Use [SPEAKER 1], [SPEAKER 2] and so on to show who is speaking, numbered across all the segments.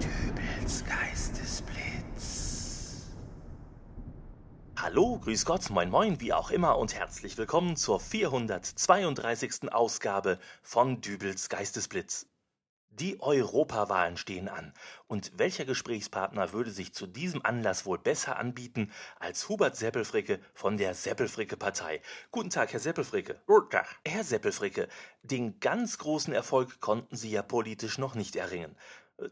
[SPEAKER 1] Dübels Geistesblitz.
[SPEAKER 2] Hallo, grüß Gott, moin moin, wie auch immer und herzlich willkommen zur 432. Ausgabe von Dübels Geistesblitz. Die Europawahlen stehen an. Und welcher Gesprächspartner würde sich zu diesem Anlass wohl besser anbieten als Hubert Seppelfricke von der Seppelfricke-Partei? Guten Tag, Herr Seppelfricke.
[SPEAKER 3] Guten Tag.
[SPEAKER 2] Herr Seppelfricke, den ganz großen Erfolg konnten Sie ja politisch noch nicht erringen.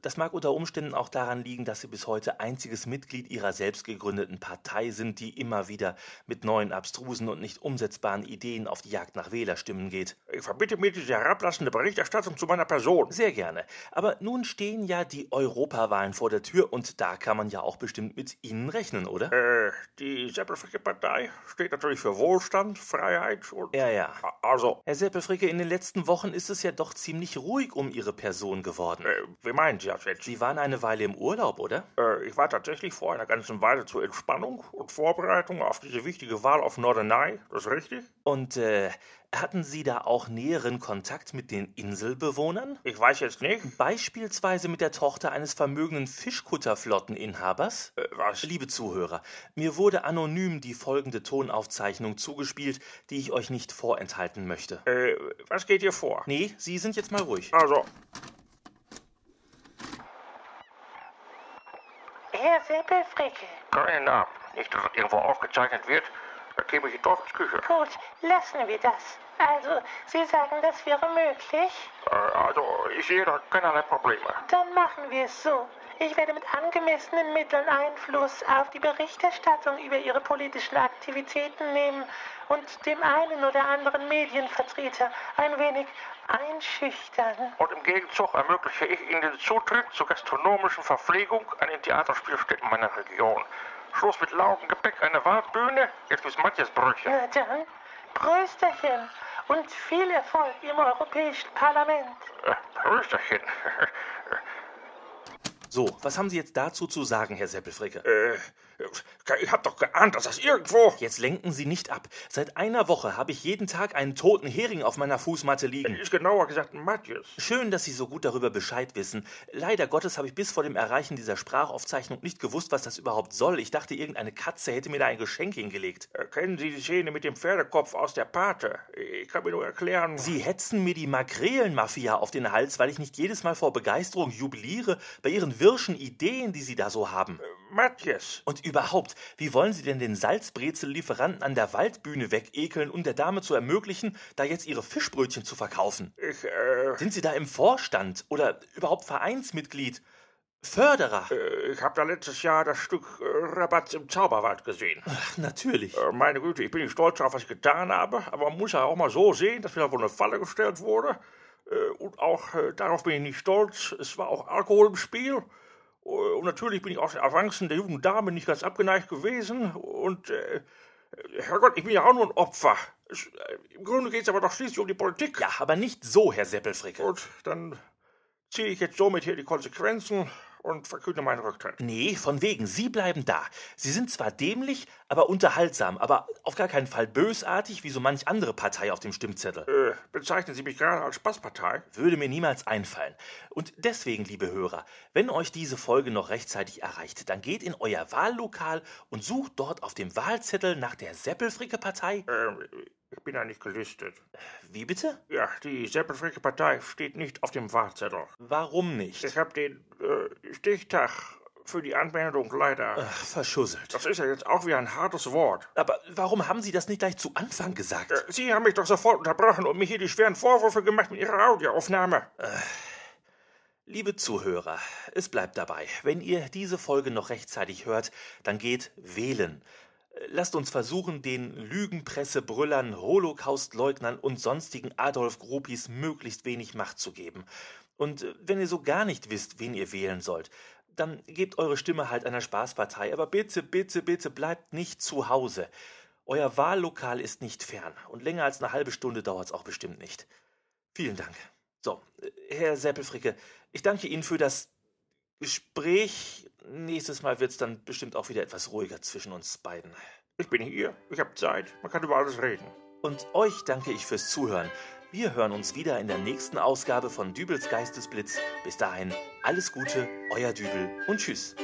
[SPEAKER 2] Das mag unter Umständen auch daran liegen, dass Sie bis heute einziges Mitglied Ihrer selbst gegründeten Partei sind, die immer wieder mit neuen, abstrusen und nicht umsetzbaren Ideen auf die Jagd nach Wählerstimmen geht.
[SPEAKER 3] Ich verbitte mir diese herablassende Berichterstattung zu meiner Person.
[SPEAKER 2] Sehr gerne. Aber nun stehen ja die Europawahlen vor der Tür und da kann man ja auch bestimmt mit Ihnen rechnen, oder?
[SPEAKER 3] Äh, die Seppelfricke Partei steht natürlich für Wohlstand, Freiheit und.
[SPEAKER 2] Ja, ja.
[SPEAKER 3] Also,
[SPEAKER 2] Herr Seppelfricke, in den letzten Wochen ist es ja doch ziemlich ruhig um Ihre Person geworden.
[SPEAKER 3] äh, wie meinen Sie das jetzt?
[SPEAKER 2] Sie waren eine Weile im Urlaub, oder?
[SPEAKER 3] Äh, ich war tatsächlich vor einer ganzen Weile zur Entspannung und Vorbereitung auf diese wichtige Wahl auf Norderney. Das ist richtig?
[SPEAKER 2] Und äh, hatten Sie da auch näheren Kontakt mit den Inselbewohnern?
[SPEAKER 3] Ich weiß jetzt nicht.
[SPEAKER 2] Beispielsweise mit der Tochter eines vermögenden Fischkutterflotteninhabers?
[SPEAKER 3] Äh, was?
[SPEAKER 2] Liebe Zuhörer, mir wurde anonym die folgende Tonaufzeichnung zugespielt, die ich euch nicht vorenthalten möchte.
[SPEAKER 3] Äh, was geht hier vor?
[SPEAKER 2] Nee, Sie sind jetzt mal ruhig.
[SPEAKER 3] Also,
[SPEAKER 4] Herr Seppelfricke,
[SPEAKER 3] kein Name. Nicht, dass das irgendwo aufgezeichnet wird. Da käme ich in Teufelsküche.
[SPEAKER 4] gut, lassen wir das. Also, Sie sagen, das wäre möglich?
[SPEAKER 3] Äh, also, ich sehe da keinerlei Probleme.
[SPEAKER 4] Dann machen wir es so. Ich werde mit angemessenen Mitteln Einfluss auf die Berichterstattung über Ihre politischen Aktivitäten nehmen und dem einen oder anderen Medienvertreter ein wenig einschüchtern.
[SPEAKER 3] Und im Gegenzug ermögliche ich Ihnen den Zutritt zur gastronomischen Verpflegung an den Theaterspielstätten meiner Region. Schluss mit lautem Gepäck an der Waldbühne, jetzt bis manches Brötchen.
[SPEAKER 4] Na dann, Prösterchen und viel Erfolg im Europäischen Parlament.
[SPEAKER 3] Äh, Prösterchen.
[SPEAKER 2] So, was haben Sie jetzt dazu zu sagen, Herr Seppelfricke?
[SPEAKER 3] äh, ich hab doch geahnt, dass das irgendwo...
[SPEAKER 2] Jetzt lenken Sie nicht ab. Seit einer Woche habe ich jeden Tag einen toten Hering auf meiner Fußmatte liegen.
[SPEAKER 3] Ist genauer gesagt Matjes.
[SPEAKER 2] Schön, dass Sie so gut darüber Bescheid wissen. Leider Gottes habe ich bis vor dem Erreichen dieser Sprachaufzeichnung nicht gewusst, was das überhaupt soll. Ich dachte, irgendeine Katze hätte mir da ein Geschenk hingelegt.
[SPEAKER 3] Äh, Kennen Sie die Szene mit dem Pferdekopf aus der Pate? Ich kann mir nur erklären...
[SPEAKER 2] Sie hetzen mir die Makrelenmafia auf den Hals, weil ich nicht jedes Mal vor Begeisterung jubiliere bei Ihren wirschen Ideen, die Sie da so haben.
[SPEAKER 3] Matjes.
[SPEAKER 2] Und überhaupt, wie wollen Sie denn den Salzbrezel-Lieferanten an der Waldbühne wegekeln, um der Dame zu ermöglichen, da jetzt ihre Fischbrötchen zu verkaufen?
[SPEAKER 3] Ich, äh,
[SPEAKER 2] Sind Sie da im Vorstand oder überhaupt Vereinsmitglied? Förderer?
[SPEAKER 3] äh, ich hab da letztes Jahr das Stück äh, Rabatz im Zauberwald gesehen.
[SPEAKER 2] Ach, natürlich.
[SPEAKER 3] Äh, Meine Güte, ich bin nicht stolz darauf, was ich getan habe, aber man muss ja auch mal so sehen, dass mir da wohl eine Falle gestellt wurde. Äh, Und auch äh, darauf bin ich nicht stolz. Es war auch Alkohol im Spiel. Äh, Und natürlich bin ich auch den Avancen der jungen Dame nicht ganz abgeneigt gewesen. Und äh, Herrgott, ich bin ja auch nur ein Opfer. Es, äh, Im Grunde geht es aber doch schließlich um die Politik.
[SPEAKER 2] Ja, aber nicht so, Herr Seppelfricke.
[SPEAKER 3] Gut, dann ziehe ich jetzt somit hier die Konsequenzen und verkünde meinen Rücktritt.
[SPEAKER 2] Nee, von wegen, Sie bleiben da. Sie sind zwar dämlich, aber unterhaltsam, aber auf gar keinen Fall bösartig wie so manch andere Partei auf dem Stimmzettel.
[SPEAKER 3] Äh, bezeichnen Sie mich gerade als Spaßpartei?
[SPEAKER 2] Würde mir niemals einfallen. Und deswegen, liebe Hörer, wenn euch diese Folge noch rechtzeitig erreicht, dann geht in euer Wahllokal und sucht dort auf dem Wahlzettel nach der Seppelfricke-Partei.
[SPEAKER 3] Ähm, ich bin ja nicht gelistet.
[SPEAKER 2] Wie bitte?
[SPEAKER 3] Ja, die Seppelfricke Partei steht nicht auf dem Wahlzettel.
[SPEAKER 2] Warum nicht?
[SPEAKER 3] Ich habe den äh, Stichtag für die Anmeldung leider.
[SPEAKER 2] Ach, verschusselt.
[SPEAKER 3] Das ist ja jetzt auch wieder ein hartes Wort.
[SPEAKER 2] Aber warum haben Sie das nicht gleich zu Anfang gesagt?
[SPEAKER 3] Äh, Sie haben mich doch sofort unterbrochen und mir hier die schweren Vorwürfe gemacht mit Ihrer Audioaufnahme.
[SPEAKER 2] Liebe Zuhörer, es bleibt dabei. Wenn ihr diese Folge noch rechtzeitig hört, dann geht wählen. Lasst uns versuchen, den Lügenpressebrüllern, Holocaustleugnern und sonstigen Adolf Grubis möglichst wenig Macht zu geben. Und äh, wenn ihr so gar nicht wisst, wen ihr wählen sollt, dann gebt eure Stimme halt einer Spaßpartei. Aber bitte, bitte, bitte bleibt nicht zu Hause. Euer Wahllokal ist nicht fern und länger als eine halbe Stunde dauert es auch bestimmt nicht. Vielen Dank. So, äh, Herr Seppelfricke, ich danke Ihnen für das Gespräch. Nächstes Mal wird es dann bestimmt auch wieder etwas ruhiger zwischen uns beiden.
[SPEAKER 3] Ich bin hier, ich habe Zeit, man kann über alles reden.
[SPEAKER 2] Und euch danke ich fürs Zuhören. Wir hören uns wieder in der nächsten Ausgabe von Dübels Geistesblitz. Bis dahin, alles Gute, euer Dübel und tschüss.